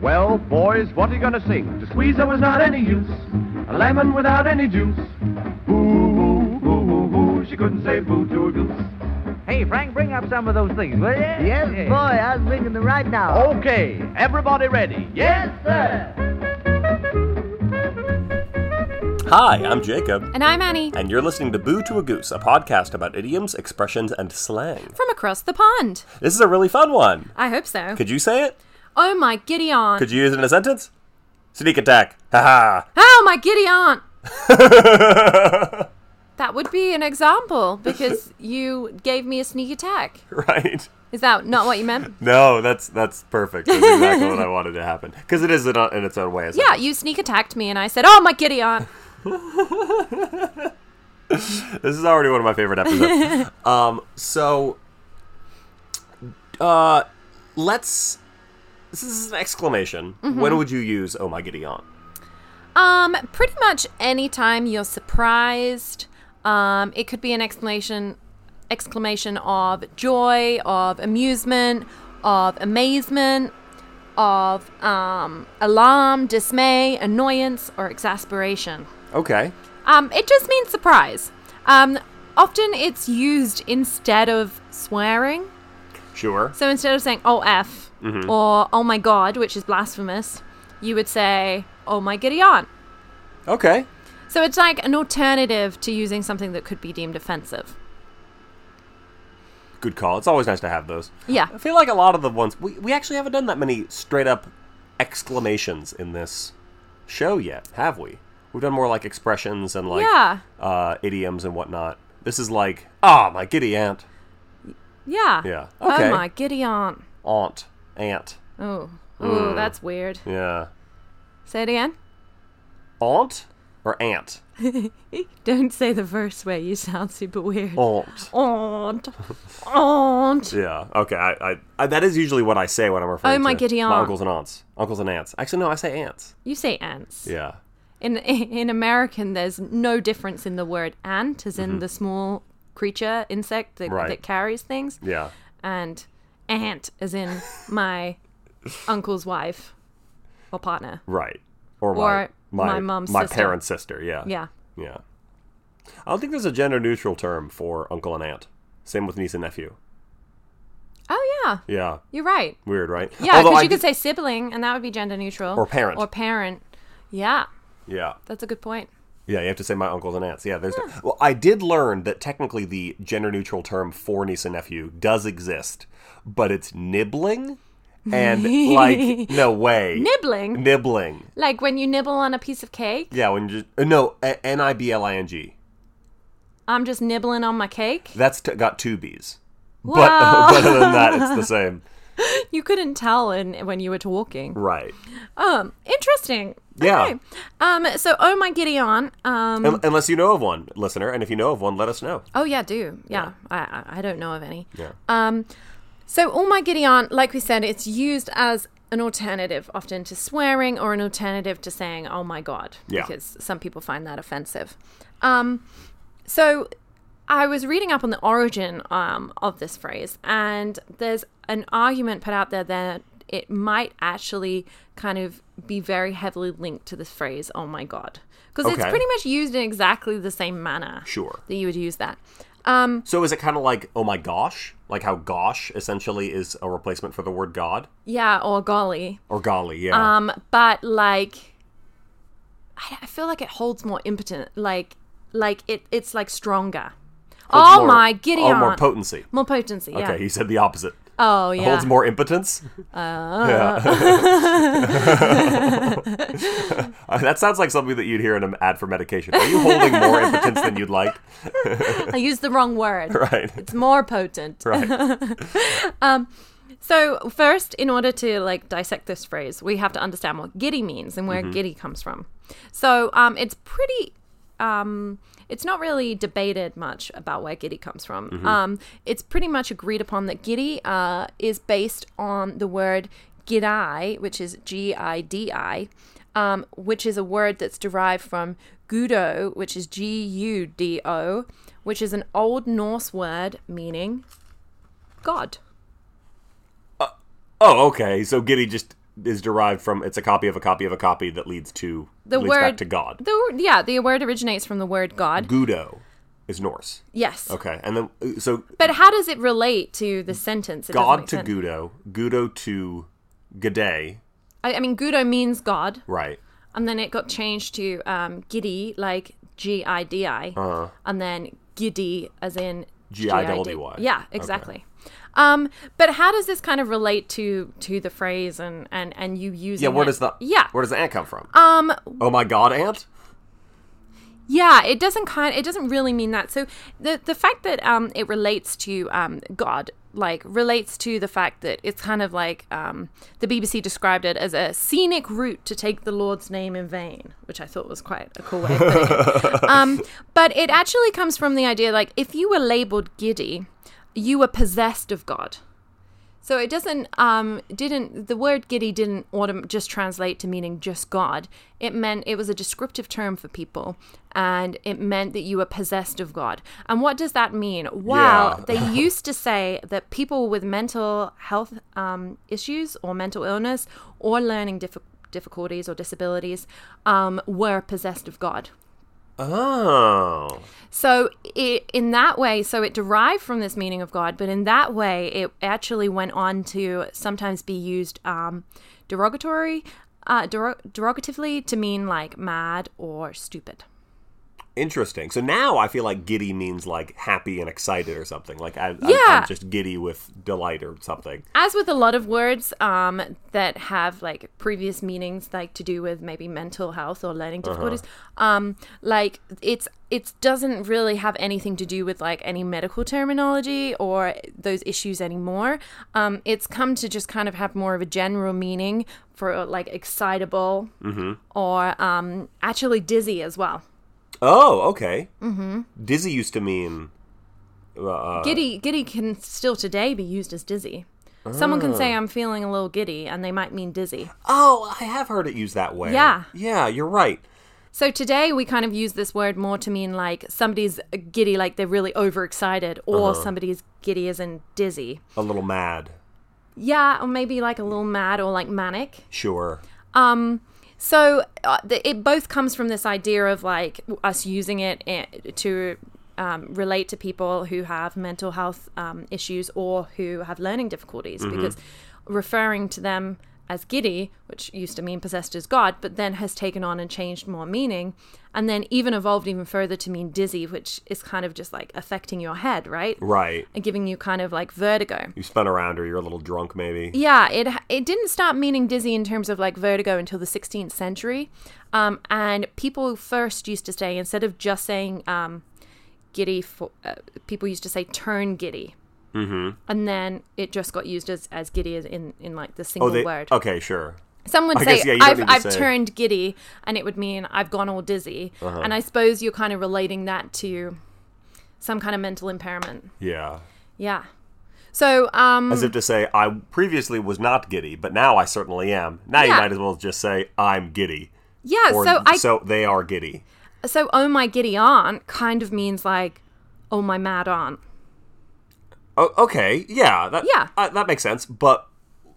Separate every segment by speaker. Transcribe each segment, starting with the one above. Speaker 1: Well, boys, what are you going to sing? The squeezer was not any use, a lemon without any juice. Boo, boo, boo, boo, boo. She couldn't say boo to a goose.
Speaker 2: Hey, Frank, bring up some of those things, will you?
Speaker 3: Yes, boy, I was thinking them right
Speaker 1: Oh.
Speaker 3: now.
Speaker 1: Okay, everybody ready? Yes?
Speaker 3: sir.
Speaker 4: Hi, I'm Jacob,
Speaker 5: And I'm Annie
Speaker 4: and you're listening to Boo to a Goose, a podcast about idioms, expressions, and slang.
Speaker 5: from across the pond.
Speaker 4: This is a really fun one.
Speaker 5: I hope so.
Speaker 4: Could you say it?
Speaker 5: oh my giddy aunt.
Speaker 4: Could you use it in a sentence? Sneak attack. Ha
Speaker 5: oh my giddy aunt.
Speaker 4: ha.
Speaker 5: That would be an example because you gave me a sneak attack.
Speaker 4: right.
Speaker 5: Is that not what you meant?
Speaker 4: No, that's that's perfect. That's exactly what I wanted to happen. Because it is in, in its own way. a
Speaker 5: Yeah, you sneak attacked me and I said, oh my giddy aunt.
Speaker 4: This is already one of my favorite episodes. um, so, uh, let's. This is an exclamation. When would you use "Oh my giddy aunt"?
Speaker 5: Um, pretty much any time you're surprised, um, it could be an exclamation, exclamation of joy, of amusement, of amazement, of um, alarm, dismay, annoyance, or exasperation.
Speaker 4: Okay.
Speaker 5: Um, it just means surprise. Um, often it's used instead of swearing.
Speaker 4: Sure.
Speaker 5: So instead of saying "oh f" or "oh my god," which is blasphemous, you would say "oh my giddy aunt."
Speaker 4: Okay.
Speaker 5: So it's like an alternative to using something that could be deemed offensive.
Speaker 4: Good call. It's always nice to have those.
Speaker 5: Yeah.
Speaker 4: I feel like a lot of the ones we we actually haven't done that many straight up exclamations in this show yet, have we? We've done more like expressions and like
Speaker 5: Yeah.
Speaker 4: uh, idioms and whatnot. This is like, ah, my giddy aunt,
Speaker 5: Yeah.
Speaker 4: Yeah. Okay.
Speaker 5: Oh my giddy aunt.
Speaker 4: aunt, aunt.
Speaker 5: Oh. Ooh,
Speaker 4: Mm.
Speaker 5: that's weird.
Speaker 4: Yeah.
Speaker 5: Say it again.
Speaker 4: Aunt or aunt?
Speaker 5: Don't say the verse where you sound super weird.
Speaker 4: Aunt.
Speaker 5: Aunt. Aunt.
Speaker 4: Yeah. Okay. I, I, I that is usually what I say when I'm referring
Speaker 5: Oh, my
Speaker 4: to
Speaker 5: giddy
Speaker 4: my
Speaker 5: aunt.
Speaker 4: uncles and aunts, uncles and aunts. Actually, no, I say aunts.
Speaker 5: You say ants.
Speaker 4: Yeah.
Speaker 5: In in American, there's no difference in the word ant, as in the small creature insect that,
Speaker 4: Mm-hmm. Right.
Speaker 5: that carries things,
Speaker 4: Yeah.
Speaker 5: and aunt, as in my uncle's wife or partner.
Speaker 4: Right. Or,
Speaker 5: Or
Speaker 4: my my
Speaker 5: my mom's
Speaker 4: my
Speaker 5: sister.
Speaker 4: parents' sister. Yeah.
Speaker 5: Yeah.
Speaker 4: Yeah. I don't think there's a gender neutral term for uncle and aunt. Same with niece and nephew.
Speaker 5: Oh yeah,
Speaker 4: Yeah.
Speaker 5: you're right.
Speaker 4: Weird, right?
Speaker 5: Yeah,
Speaker 4: Although
Speaker 5: because
Speaker 4: I
Speaker 5: you could
Speaker 4: did-
Speaker 5: say sibling, and that would be gender neutral.
Speaker 4: Or parent.
Speaker 5: Or parent. Yeah,
Speaker 4: Yeah.
Speaker 5: that's a good point.
Speaker 4: Yeah, you have to say my uncles and aunts. Yeah, there's. Well, I did learn that technically the gender neutral term for niece and nephew does exist, but it's nibbling, and like no way
Speaker 5: Nibbling,
Speaker 4: nibbling.
Speaker 5: like when you nibble on a piece of cake.
Speaker 4: Yeah, when you just, no n i b l i n g.
Speaker 5: I'm just nibbling on my cake.
Speaker 4: That's t- got two b's, but uh,
Speaker 5: Wow.
Speaker 4: but other than that, it's the same.
Speaker 5: You couldn't tell in, when you were talking.
Speaker 4: Right.
Speaker 5: Um, interesting.
Speaker 4: Yeah.
Speaker 5: Okay. Um, so oh my giddy aunt. Um,
Speaker 4: Un- unless you know of one, listener, and if you know of one, let us know.
Speaker 5: Oh yeah, do yeah. I I I don't know of any.
Speaker 4: Yeah.
Speaker 5: Um, so all my giddy aunt, like we said, it's used as an alternative often to swearing or an alternative to saying "oh my god"
Speaker 4: Yeah.
Speaker 5: because some people find that offensive. Um, so I was reading up on the origin um, of this phrase, and there's an argument put out there that it might actually kind of be very heavily linked to this phrase "oh my god" because it's
Speaker 4: Okay.
Speaker 5: pretty much used in exactly the same manner
Speaker 4: Sure.
Speaker 5: that you would use that.
Speaker 4: So is it kind of like oh my gosh, like how gosh essentially is a replacement for the word god
Speaker 5: Yeah, or golly.
Speaker 4: or golly? Yeah.
Speaker 5: Um, but like, I, I feel like it holds more impotent. Like, like it, it's like stronger.
Speaker 4: Holds
Speaker 5: oh
Speaker 4: more-
Speaker 5: my giddy
Speaker 4: oh,
Speaker 5: aunt.
Speaker 4: more potency.
Speaker 5: More potency. Yeah.
Speaker 4: Okay, he said the opposite.
Speaker 5: Oh yeah. Uh.
Speaker 4: Holds more impotence. Yeah. Uh, that sounds like something that you'd hear in an ad for medication. Are you holding more impotence than you'd like?
Speaker 5: I used the wrong word.
Speaker 4: Right.
Speaker 5: It's more potent.
Speaker 4: Right.
Speaker 5: So first, in order to like dissect this phrase, we have to understand what giddy means and where giddy comes from. So um, it's pretty. Um, it's not really debated much about where giddy comes from. Um, it's pretty much agreed upon that giddy uh, is based on the word gidai, which is G I D I, um, which is a word that's derived from gudo, which is G U D O, which is an Old Norse word meaning God.
Speaker 4: Oh, okay. So giddy just is derived from it's a copy of a copy of a copy that leads to
Speaker 5: The
Speaker 4: leads
Speaker 5: word
Speaker 4: back to God.
Speaker 5: The, word- yeah, the word originates from the word God.
Speaker 4: Gudo is Norse.
Speaker 5: Yes.
Speaker 4: Okay, and then uh, so
Speaker 5: But how does it relate to the sentence? It doesn't
Speaker 4: God
Speaker 5: make
Speaker 4: to
Speaker 5: sense.
Speaker 4: Gudo, Gudo to G'day,
Speaker 5: I, I mean, Gudo means God,
Speaker 4: right?
Speaker 5: and then it got changed to um, Giddy, like G I D
Speaker 4: Uh-huh.
Speaker 5: I, and then Giddy as in
Speaker 4: G-I-D-D-Y.
Speaker 5: G-I-D. Yeah, exactly. Um, but how does this kind of relate to to the phrase and and and you using?
Speaker 4: Yeah, where
Speaker 5: it?
Speaker 4: does the
Speaker 5: yeah
Speaker 4: where does the ant come from?
Speaker 5: um
Speaker 4: oh my God, ant!
Speaker 5: Yeah, it doesn't kind. It doesn't really mean that. So the the fact that um it relates to um God like relates to the fact that it's kind of like um the BBC described it as a scenic route to take the Lord's name in vain, which I thought was quite a cool way. Of putting it. Um, but it actually comes from the idea like if you were labeled giddy, you were possessed of God. So it doesn't um didn't the word giddy didn't autom- just translate to meaning just God. It meant it was a descriptive term for people and it meant that you were possessed of God. And what does that mean? Well,
Speaker 4: Yeah.
Speaker 5: they used to say that people with mental health um, issues or mental illness or learning dif- difficulties or disabilities um, were possessed of God.
Speaker 4: Oh,
Speaker 5: So i in that way, so it derived from this meaning of God, but in that way, it actually went on to sometimes be used um, derogatory, uh, derog derogatively to mean like mad or stupid.
Speaker 4: interesting. So now I feel like giddy means like happy and excited or something. Like I, I'm,
Speaker 5: Yeah.
Speaker 4: I'm just giddy with delight or something.
Speaker 5: As with a lot of words um, that have like previous meanings, like to do with maybe mental health or learning difficulties, um, like it's it doesn't really have anything to do with like any medical terminology or those issues anymore. Um, it's come to just kind of have more of a general meaning for like excitable or um, actually dizzy as well.
Speaker 4: Oh, okay. Mm-hmm. Dizzy used to mean uh,
Speaker 5: Giddy, giddy can still today be used as dizzy. Someone can say I'm feeling a little giddy, and they might mean dizzy.
Speaker 4: Oh, I have heard it used that way.
Speaker 5: Yeah.
Speaker 4: Yeah, you're right.
Speaker 5: So today we kind of use this word more to mean like somebody's giddy, like they're really overexcited, or somebody's giddy as in dizzy.
Speaker 4: A little mad.
Speaker 5: Yeah, or maybe like a little mad or like manic.
Speaker 4: Sure.
Speaker 5: Um, So uh, the, it both comes from this idea of like us using it eh, to um, relate to people who have mental health um, issues or who have learning difficulties because referring to them as giddy, which used to mean possessed as God, but then has taken on and changed more meaning, and then even evolved even further to mean dizzy, which is kind of just like affecting your head, right?
Speaker 4: Right.
Speaker 5: And giving you kind of like vertigo.
Speaker 4: You spun around or you're a little drunk maybe.
Speaker 5: Yeah, it it didn't stop meaning dizzy in terms of like vertigo until the 16th century, um, and people first used to say instead of just saying um, giddy, for, uh, people used to say turn giddy, mm-hmm. and then it just got used as, as giddy as in in like the single
Speaker 4: Oh, they
Speaker 5: word.
Speaker 4: Okay, sure.
Speaker 5: Some would
Speaker 4: I
Speaker 5: say
Speaker 4: guess, yeah, you don't
Speaker 5: I've
Speaker 4: need to
Speaker 5: I've
Speaker 4: say-
Speaker 5: turned giddy, and it would mean I've gone all dizzy,
Speaker 4: Uh-huh.
Speaker 5: and I suppose you're kind of relating that to some kind of mental impairment.
Speaker 4: Yeah.
Speaker 5: Yeah. So um,
Speaker 4: As if to say I previously was not giddy, but now I certainly am. Now you
Speaker 5: Yeah.
Speaker 4: might as well just say I'm giddy.
Speaker 5: yeah,
Speaker 4: Or
Speaker 5: so I
Speaker 4: they are giddy.
Speaker 5: So, oh my giddy aunt kind of means like, oh my mad aunt.
Speaker 4: Oh, okay. Yeah. That,
Speaker 5: Yeah.
Speaker 4: uh, that makes sense. But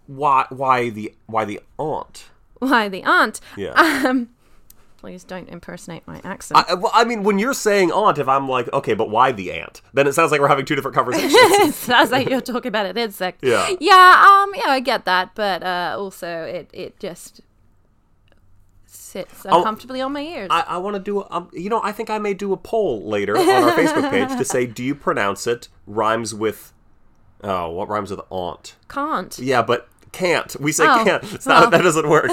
Speaker 4: why why the why the aunt?
Speaker 5: Why the aunt?
Speaker 4: Yeah.
Speaker 5: Please don't impersonate my accent.
Speaker 4: I, well, I mean, when you're saying aunt, if I'm like, okay, but why the aunt? Then it sounds like we're having two different conversations.
Speaker 5: Sounds like you're talking about an insect.
Speaker 4: Yeah.
Speaker 5: Yeah. Um. Yeah, I get that, but uh, also it it just sits uncomfortably on my ears.
Speaker 4: Oh, I, I want to do, a, um, you know, I think I may do a poll later on our Facebook page to say, do you pronounce it rhymes with, oh, what rhymes with aunt?
Speaker 5: Can't.
Speaker 4: Yeah, but can't. We say
Speaker 5: Oh,
Speaker 4: can't. It's not,
Speaker 5: well.
Speaker 4: That doesn't work.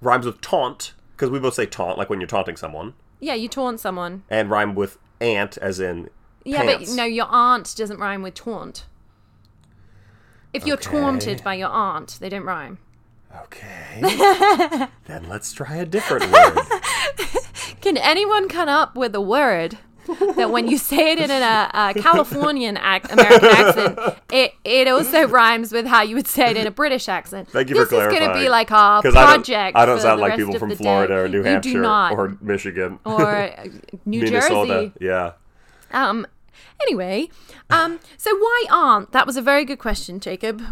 Speaker 4: rhymes with taunt, because we both say taunt, like when you're taunting someone,
Speaker 5: Yeah, you taunt someone.
Speaker 4: and rhyme with aunt, as in.
Speaker 5: Yeah,
Speaker 4: pants.
Speaker 5: but no, your aunt doesn't rhyme with taunt. If you're taunted by your aunt, they don't rhyme.
Speaker 4: Okay. then let's try a different word.
Speaker 5: Can anyone come up with a word that when you say it in a, a Californian ac- American accent, it, it also rhymes with how you would say it in a British accent?
Speaker 4: Thank you
Speaker 5: this
Speaker 4: for clarifying.
Speaker 5: is going to be like our
Speaker 4: 'Cause I don't-
Speaker 5: project.
Speaker 4: I don't,
Speaker 5: for
Speaker 4: sound
Speaker 5: the
Speaker 4: like
Speaker 5: rest
Speaker 4: people
Speaker 5: of
Speaker 4: from
Speaker 5: the day.
Speaker 4: Florida or New
Speaker 5: You do
Speaker 4: Hampshire
Speaker 5: not.
Speaker 4: or Michigan
Speaker 5: Or, uh, New
Speaker 4: Minnesota.
Speaker 5: Jersey.
Speaker 4: Yeah.
Speaker 5: Um, anyway, um, so why aren't? That was a very good question, Jacob.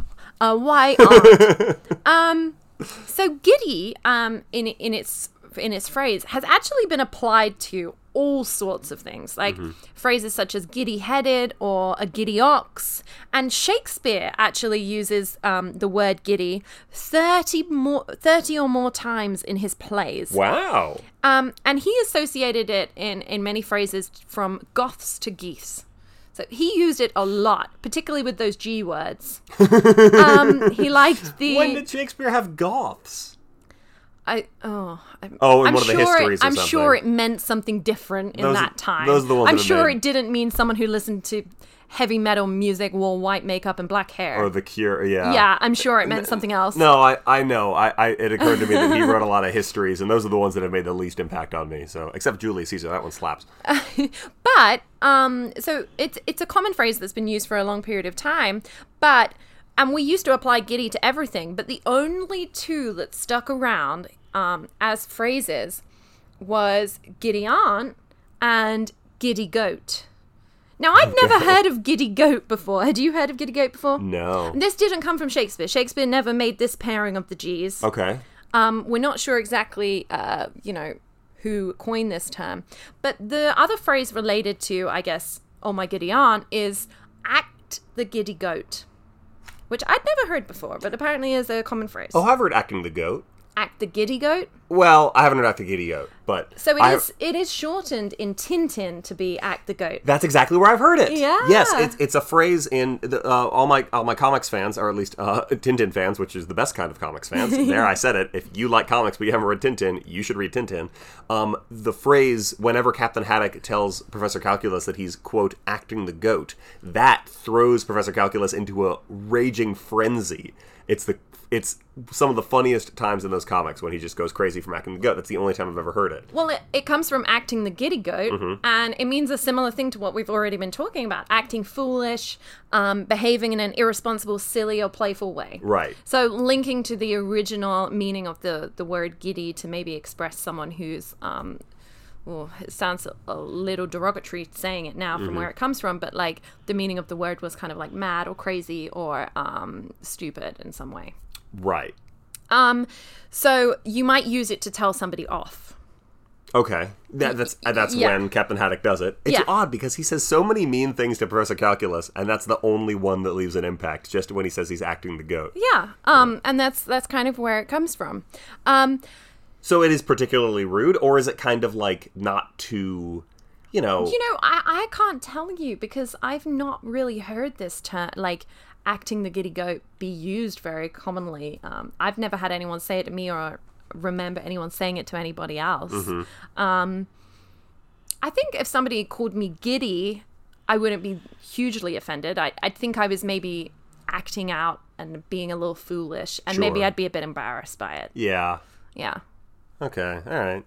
Speaker 5: Uh, why aren't? um, So giddy, um, in in its in its phrase, has actually been applied to all sorts of things, like phrases such as giddy-headed or a giddy ox. And Shakespeare actually uses um, the word giddy thirty more thirty or more times in his plays.
Speaker 4: Wow.
Speaker 5: Um, and he associated it in, in many phrases from Goths to geese. So he used it a lot, particularly with those G words. um, he liked the.
Speaker 4: When did Shakespeare have goths?
Speaker 5: I, oh, I'm,
Speaker 4: Oh, in
Speaker 5: I'm
Speaker 4: one of the
Speaker 5: sure
Speaker 4: histories
Speaker 5: it,
Speaker 4: or
Speaker 5: I'm sure it
Speaker 4: something.
Speaker 5: meant something different in
Speaker 4: Those-
Speaker 5: that time.
Speaker 4: those are the ones
Speaker 5: I'm
Speaker 4: that are
Speaker 5: sure
Speaker 4: made.
Speaker 5: it didn't mean someone who listened to heavy metal music, wore white makeup, and black hair.
Speaker 4: Or the Cure? Yeah.
Speaker 5: yeah, I'm sure it meant something else.
Speaker 4: No, I, I know. I, I it occurred to me that he wrote a lot of histories, and those are the ones that have made the least impact on me. So, except Julius Caesar, that one slaps.
Speaker 5: But um, so it's it's a common phrase that's been used for a long period of time, but and we used to apply giddy to everything. But the only two that stuck around um, as phrases was giddy aunt and giddy goat. Now I'd never heard of giddy goat before. Had you heard of giddy goat before?
Speaker 4: No.
Speaker 5: This didn't come from Shakespeare. Shakespeare never made this pairing of the G's.
Speaker 4: Okay.
Speaker 5: Um, we're not sure exactly, uh, you know, who coined this term, but the other phrase related to, I guess, "oh my giddy aunt" is "act the giddy goat," which I'd never heard before, but apparently is a common phrase.
Speaker 4: Oh, I've heard acting the goat.
Speaker 5: Act the giddy goat.
Speaker 4: Well, I haven't heard acting the goat, but
Speaker 5: So it is.
Speaker 4: I-
Speaker 5: It is shortened in Tintin to be "act the goat."
Speaker 4: That's exactly where I've heard it.
Speaker 5: Yeah.
Speaker 4: Yes, it's, it's a phrase in the, uh, all my all my comics fans, or at least uh, Tintin fans, which is the best kind of comics fans. there, I said it. If you like comics but you haven't read Tintin, you should read Tintin. Um, the phrase whenever Captain Haddock tells Professor Calculus that he's quote acting the goat, that throws Professor Calculus into a raging frenzy. It's the it's some of the funniest times in those comics when he just goes crazy from acting the goat. That's the only time I've ever heard it.
Speaker 5: Well, it, it comes from acting the giddy goat, and it means a similar thing to what we've already been talking about acting foolish, um, behaving in an irresponsible, silly, or playful way.
Speaker 4: Right.
Speaker 5: So, linking to the original meaning of the, the word giddy to maybe express someone who's, um, well, it sounds a, a little derogatory saying it now from where it comes from, but like the meaning of the word was kind of like mad or crazy or um, stupid in some way.
Speaker 4: Right.
Speaker 5: Um, so, you might use it to tell somebody off.
Speaker 4: Okay, that, that's uh, that's
Speaker 5: yeah.
Speaker 4: when Captain Haddock does it. It's
Speaker 5: Yeah.
Speaker 4: odd because he says so many mean things to Professor Calculus, and that's the only one that leaves an impact. Just when he says he's acting the goat,
Speaker 5: Yeah, um, and that's that's kind of where it comes from. Um,
Speaker 4: so it is particularly rude, or is it kind of like not too, you know?
Speaker 5: you know, I, I can't tell you because I've not really heard this term like acting the giddy goat be used very commonly. Um, I've never had anyone say it to me or remember anyone saying it to anybody else. Um, I think if somebody called me giddy, I wouldn't be hugely offended. I I think I was maybe acting out and being a little foolish, and maybe
Speaker 4: Sure.
Speaker 5: I'd be a bit embarrassed by it.
Speaker 4: yeah.
Speaker 5: Yeah.
Speaker 4: Okay. All right.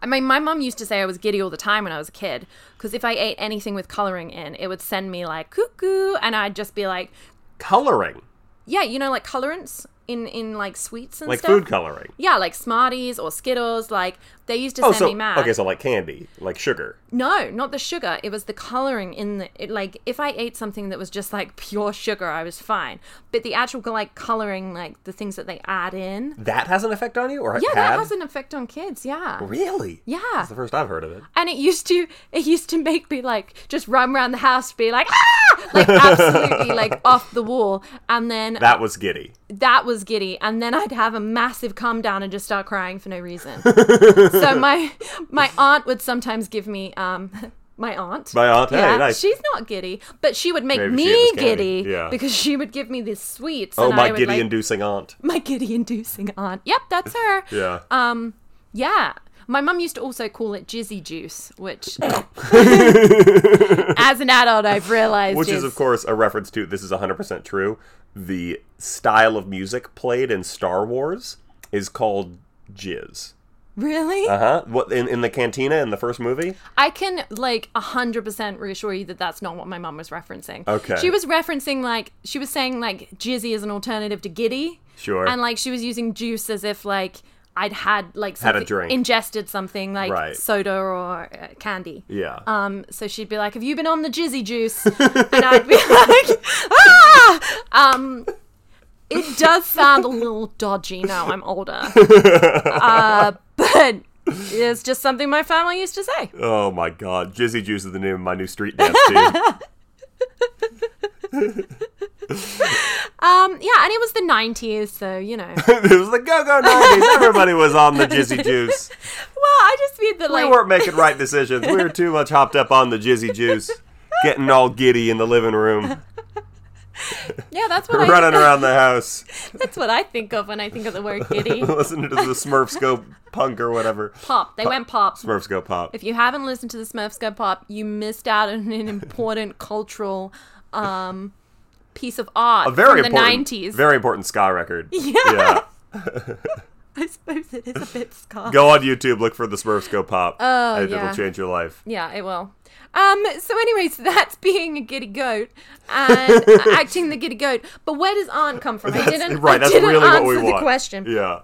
Speaker 5: I mean, my mom used to say I was giddy all the time when I was a kid because if I ate anything with coloring in, it would send me like cuckoo, and I'd just be like,
Speaker 4: Coloring,
Speaker 5: yeah, you know, like colorants in in like sweets and
Speaker 4: like
Speaker 5: stuff.
Speaker 4: food coloring.
Speaker 5: Yeah, like Smarties or Skittles. Like they used to
Speaker 4: Oh,
Speaker 5: send
Speaker 4: so
Speaker 5: me mad.
Speaker 4: okay, so like candy, like sugar.
Speaker 5: No, not the sugar. It was the coloring in the it, like. If I ate something that was just like pure sugar, I was fine. But the actual like coloring, like the things that they add in,
Speaker 4: That has an effect on you, or it
Speaker 5: yeah,
Speaker 4: had?
Speaker 5: that has an effect on kids. Yeah,
Speaker 4: Really?
Speaker 5: Yeah.
Speaker 4: That's the first I've heard of it.
Speaker 5: and it used to it used to make me like just run around the house be like ah like absolutely like off the wall and then that,
Speaker 4: That was giddy.
Speaker 5: was giddy and then i'd have a massive come down and just start crying for no reason so my my aunt would sometimes give me um my aunt
Speaker 4: My aunt, hey,
Speaker 5: yeah
Speaker 4: nice.
Speaker 5: she's not giddy but she would make
Speaker 4: Maybe she
Speaker 5: me
Speaker 4: was candy,
Speaker 5: giddy
Speaker 4: yeah.
Speaker 5: because she would give me these sweets
Speaker 4: Oh,
Speaker 5: and I
Speaker 4: my
Speaker 5: would, like-
Speaker 4: giddy-inducing aunt.
Speaker 5: my giddy inducing aunt yep that's her
Speaker 4: Yeah.
Speaker 5: um, yeah. My mum used to also call it jizzy juice, which, as an adult, I've realized
Speaker 4: Which is, of course, a reference to this is 100% true. The style of music played in Star Wars is called jizz.
Speaker 5: really.
Speaker 4: Uh huh. What in, in the cantina in the first movie?
Speaker 5: I can like hundred percent reassure you that that's not what my mum was referencing.
Speaker 4: Okay.
Speaker 5: she was referencing like she was saying like jizzy is an alternative to giddy.
Speaker 4: Sure.
Speaker 5: and like she was using juice as if like I'd had like
Speaker 4: Had a
Speaker 5: something-
Speaker 4: drink.
Speaker 5: ingested something like
Speaker 4: Right.
Speaker 5: soda or uh, candy.
Speaker 4: Yeah.
Speaker 5: Um, so she'd be like, "Have you been on the jizzy juice?" and I'd be like, "Ah!" Um, It does sound a little dodgy now I'm older. uh, but it's just something my family used to say.
Speaker 4: Oh my god, Jizzy Juice is the name of my new street dance too.
Speaker 5: Um, yeah, and it was the 90s, so, you know. well,
Speaker 4: it was the go-go 90s. Everybody was on the Jizzy Juice.
Speaker 5: I just mean that,
Speaker 4: We
Speaker 5: like,
Speaker 4: weren't making right decisions. We were too much hopped up on the Jizzy Juice, getting all giddy in the living room,
Speaker 5: yeah, that's what, I,
Speaker 4: running around the house,
Speaker 5: that's what I think of when I think of the word giddy.
Speaker 4: listening to the Smurfs go punk or whatever.
Speaker 5: Pop. They went pop.
Speaker 4: Smurfs go pop.
Speaker 5: If you haven't listened to the Smurfs Go Pop, you missed out on an important cultural um, piece of art
Speaker 4: A very
Speaker 5: from the
Speaker 4: important,
Speaker 5: 90s.
Speaker 4: very important ska record.
Speaker 5: Yeah.
Speaker 4: yeah.
Speaker 5: I suppose it is a bit scarred.
Speaker 4: Go on YouTube, look for the Smurfs go pop.
Speaker 5: Oh,
Speaker 4: I think
Speaker 5: yeah.
Speaker 4: it'll change your life.
Speaker 5: Yeah, it will. Um, so, anyways, that's being a giddy goat and acting the giddy goat. But where does aunt come from? I didn't,
Speaker 4: right,
Speaker 5: I
Speaker 4: that's
Speaker 5: didn't
Speaker 4: really
Speaker 5: answer
Speaker 4: what we
Speaker 5: the
Speaker 4: want.
Speaker 5: question.
Speaker 4: Yeah.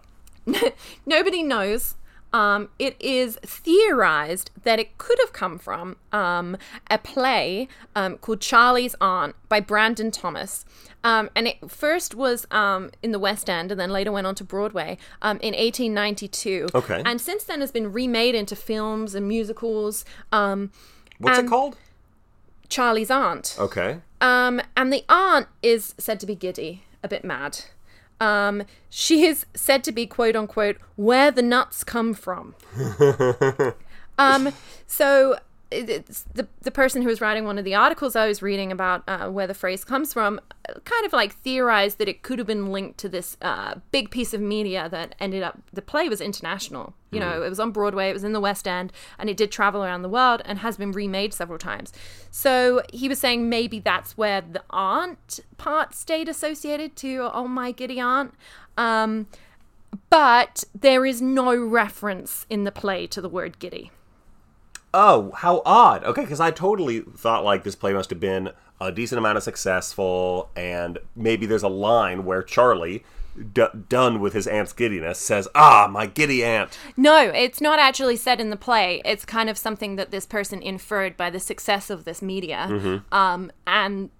Speaker 5: Nobody knows. Um, it is theorized that it could have come from um, a play um, called Charlie's Aunt by Brandon Thomas. Um, and it first was um, in the West End and then later went on to Broadway um, in 1892.
Speaker 4: Okay.
Speaker 5: And since then has been remade into films and musicals. Um,
Speaker 4: What's
Speaker 5: Um,
Speaker 4: it called?
Speaker 5: Charlie's Aunt.
Speaker 4: Okay.
Speaker 5: Um, and the aunt is said to be giddy, a bit mad. Um, she is said to be quote unquote where the nuts come from. um, so it- it's the the person who was writing one of the articles I was reading about uh, where the phrase comes from, uh, kind of like theorized that it could have been linked to this uh, big piece of media that ended up. The play was international. You know, it was on Broadway, it was in the West End, and it did travel around the world and has been remade several times. So he was saying maybe that's where the aunt part stayed associated to oh my giddy aunt. Um, but there is no reference in the play to the word giddy.
Speaker 4: Oh, how odd. Okay, because I totally thought like this play must have been a decent amount of successful, and maybe there's a line where Charlie, d- done with his aunt's giddiness, says, "Ah, my giddy aunt."
Speaker 5: No, it's not actually said in the play. It's kind of something that this person inferred by the success of this media.
Speaker 4: Mm-hmm.
Speaker 5: Um, and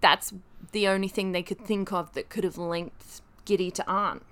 Speaker 5: that's the only thing they could think of that could have linked Giddy to Aunt.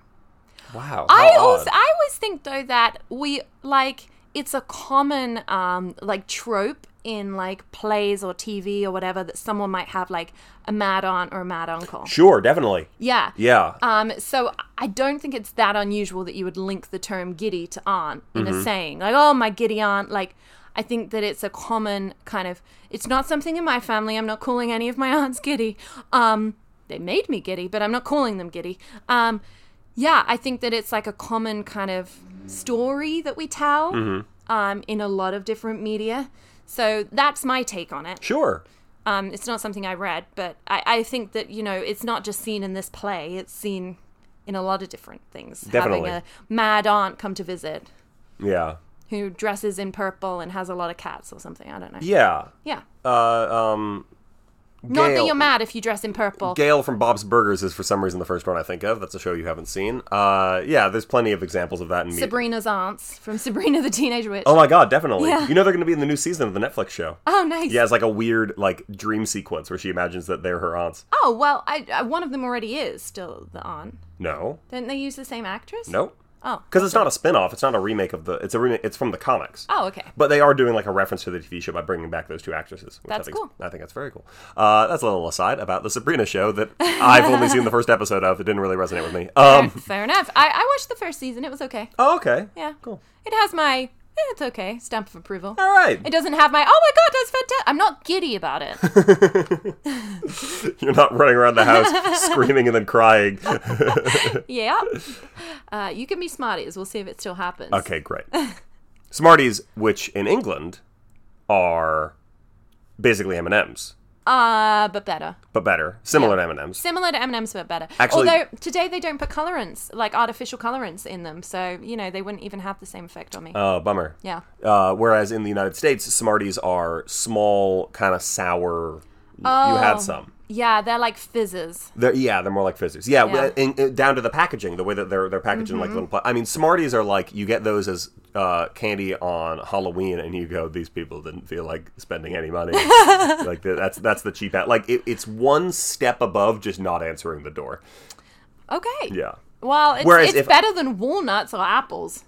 Speaker 4: Wow.
Speaker 5: I
Speaker 4: how
Speaker 5: also
Speaker 4: odd.
Speaker 5: I always think though that we like it's a common um like trope in like plays or TV or whatever that someone might have like a mad aunt or a mad uncle.
Speaker 4: Sure, definitely.
Speaker 5: Yeah.
Speaker 4: Yeah.
Speaker 5: Um, so I don't think it's that unusual that you would link the term giddy to aunt in a saying. Like, oh, my giddy aunt. Like, I think that it's a common kind of, it's not something in my family. I'm not calling any of my aunts giddy. Um, they made me giddy, but I'm not calling them giddy. Um, yeah, I think that it's like a common kind of story that we tell um, in a lot of different media. So that's my take on it.
Speaker 4: Sure.
Speaker 5: Um, it's not something I read, but I, I think that you know it's not just seen in this play; it's seen in a lot of different things.
Speaker 4: Definitely.
Speaker 5: Having a mad aunt come to visit
Speaker 4: Yeah.
Speaker 5: who dresses in purple and has a lot of cats or something. I don't know.
Speaker 4: Yeah.
Speaker 5: Yeah.
Speaker 4: Uh, um,
Speaker 5: Not that
Speaker 4: Gail-
Speaker 5: you're mad if you dress in purple.
Speaker 4: Gail from Bob's Burgers is for some reason the first one I think of. That's a show you haven't seen. Uh, yeah, there's plenty of examples of that in media.
Speaker 5: Sabrina's aunts from Sabrina the Teenage Witch.
Speaker 4: Oh my god, definitely.
Speaker 5: Yeah.
Speaker 4: You know they're going to be in the new season of the Netflix show.
Speaker 5: Oh, nice.
Speaker 4: Yeah, it's like a weird like dream sequence where she imagines that they're her aunts.
Speaker 5: Oh well, I, I one of them already is still the aunt.
Speaker 4: No,
Speaker 5: Don't they use the same actress?
Speaker 4: no,
Speaker 5: Oh.
Speaker 4: because it's not a spin-off. It's not a remake of the. It's a remake. It's from the comics.
Speaker 5: Oh, okay.
Speaker 4: But they are doing like a reference to the TV show by bringing back those two actresses. Which I
Speaker 5: That's
Speaker 4: think is-
Speaker 5: cool.
Speaker 4: I think that's very cool. Uh, that's a little aside about the Sabrina show that I've only seen the first episode of. It didn't really resonate with me. Um,
Speaker 5: Fair, fair enough. I, I watched the first season. It was okay.
Speaker 4: oh, okay.
Speaker 5: Yeah.
Speaker 4: Cool.
Speaker 5: It has my. eh, It's okay. Stamp of approval.
Speaker 4: All right.
Speaker 5: It doesn't have my, oh my god, that's fantastic. I'm not giddy about it.
Speaker 4: You're not running around the house screaming and then crying.
Speaker 5: yeah. Uh, you give me Smarties. We'll see if it still happens.
Speaker 4: Okay, great. Smarties, which in England are basically M and M's,
Speaker 5: Uh, but better.
Speaker 4: but better, similar to M and M's.
Speaker 5: Similar to M&M's, but better.
Speaker 4: Actually-
Speaker 5: Although, today they don't put colorants, like artificial colorants in them. So, you know, they wouldn't even have the same effect on me.
Speaker 4: Oh, bummer.
Speaker 5: yeah.
Speaker 4: Uh, whereas in the United States, Smarties are small, kind of sour. You had some.
Speaker 5: Oh. Yeah, they're like fizzes.
Speaker 4: They're, yeah, they're more like fizzers. Yeah,
Speaker 5: Yeah.
Speaker 4: well, and- and down to the packaging, the way that they're they're packaged in like little. Pla- I mean, Smarties are like you get those as uh, candy on Halloween, and you go, these people didn't feel like spending any money. like the, that's that's the cheap out. Like it, it's one step above just not answering the door.
Speaker 5: Okay.
Speaker 4: Yeah.
Speaker 5: Well, it's,
Speaker 4: Whereas
Speaker 5: it's
Speaker 4: if-
Speaker 5: better than walnuts or apples.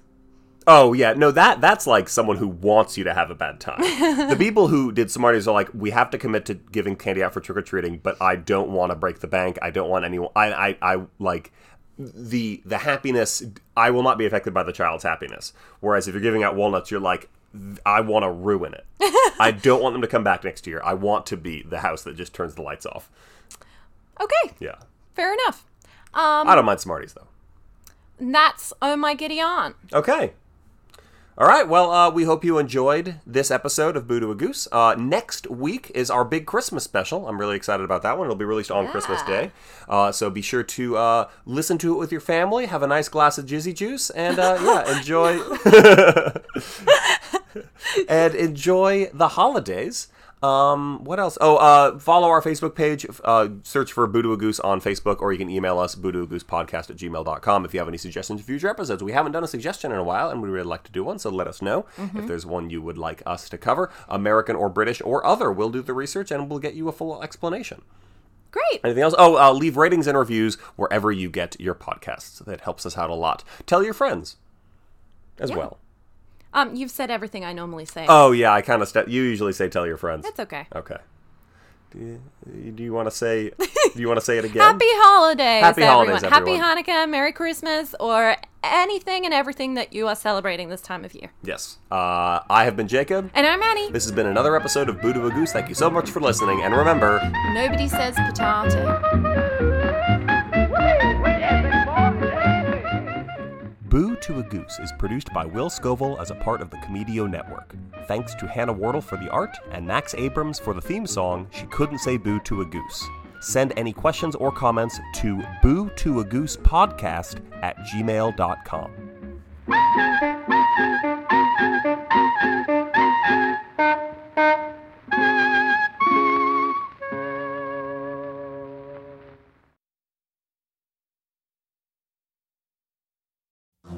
Speaker 4: Oh yeah, no that that's like someone who wants you to have a bad time. the people who did Smarties are like, we have to commit to giving candy out for trick or treating, but I don't want to break the bank. I don't want anyone. I I, I like the the happiness. I will not be affected by the child's happiness. Whereas if you're giving out walnuts, you're like, I want to ruin it. I don't want them to come back next year. I want to be the house that just turns the lights off.
Speaker 5: Okay.
Speaker 4: Yeah,
Speaker 5: Fair enough.
Speaker 4: I don't mind Smarties though.
Speaker 5: And that's Oh My Giddy Aunt.
Speaker 4: Okay. All right. Well, uh, we hope you enjoyed this episode of Boo to a Goose. Uh, next week is our big Christmas special. I'm really excited about that one. It'll be released on Christmas Day. Uh, so be sure to uh, listen to it with your family, have a nice glass of Jizzy Juice, and uh, yeah, enjoy. and enjoy the holidays. Um, what else? Oh, uh, follow our Facebook page. Uh, search for Boo to a Goose on Facebook, or you can email us, boo to a goose podcast at gmail.com if you have any suggestions for future episodes. We haven't done a suggestion in a while, and we really like to do one, so let us know if there's one you would like us to cover, American or British or other. We'll do the research and we'll get you a full explanation.
Speaker 5: Great.
Speaker 4: Anything else? Oh, uh, leave ratings and reviews wherever you get your podcasts. That helps us out a lot. Tell your friends as
Speaker 5: Yeah.
Speaker 4: well.
Speaker 5: Um, you've said everything I normally say.
Speaker 4: Oh, yeah, I kind of st- you usually say tell your friends.
Speaker 5: That's okay.
Speaker 4: Okay. Do you, do you want to say? Do you want to say it again?
Speaker 5: Happy holidays,
Speaker 4: Happy
Speaker 5: everyone.
Speaker 4: holidays, everyone.
Speaker 5: Happy Hanukkah, Merry Christmas, or anything and everything that you are celebrating this time of year.
Speaker 4: Yes. Uh, I have been Jacob.
Speaker 5: And I'm Annie.
Speaker 4: This has been another episode of Boo to a Goose. Thank you so much for listening, and remember.
Speaker 5: Nobody says potato.
Speaker 4: Boo to a Goose is produced by Will Scoville as a part of the Comedio Network. Thanks to Hannah Wardle for the art and Max Abrams for the theme song, She Couldn't Say Boo to a Goose. Send any questions or comments to boo to a goose podcast at gmail.com.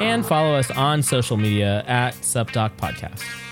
Speaker 6: And follow us on social media at Subdoc Podcast.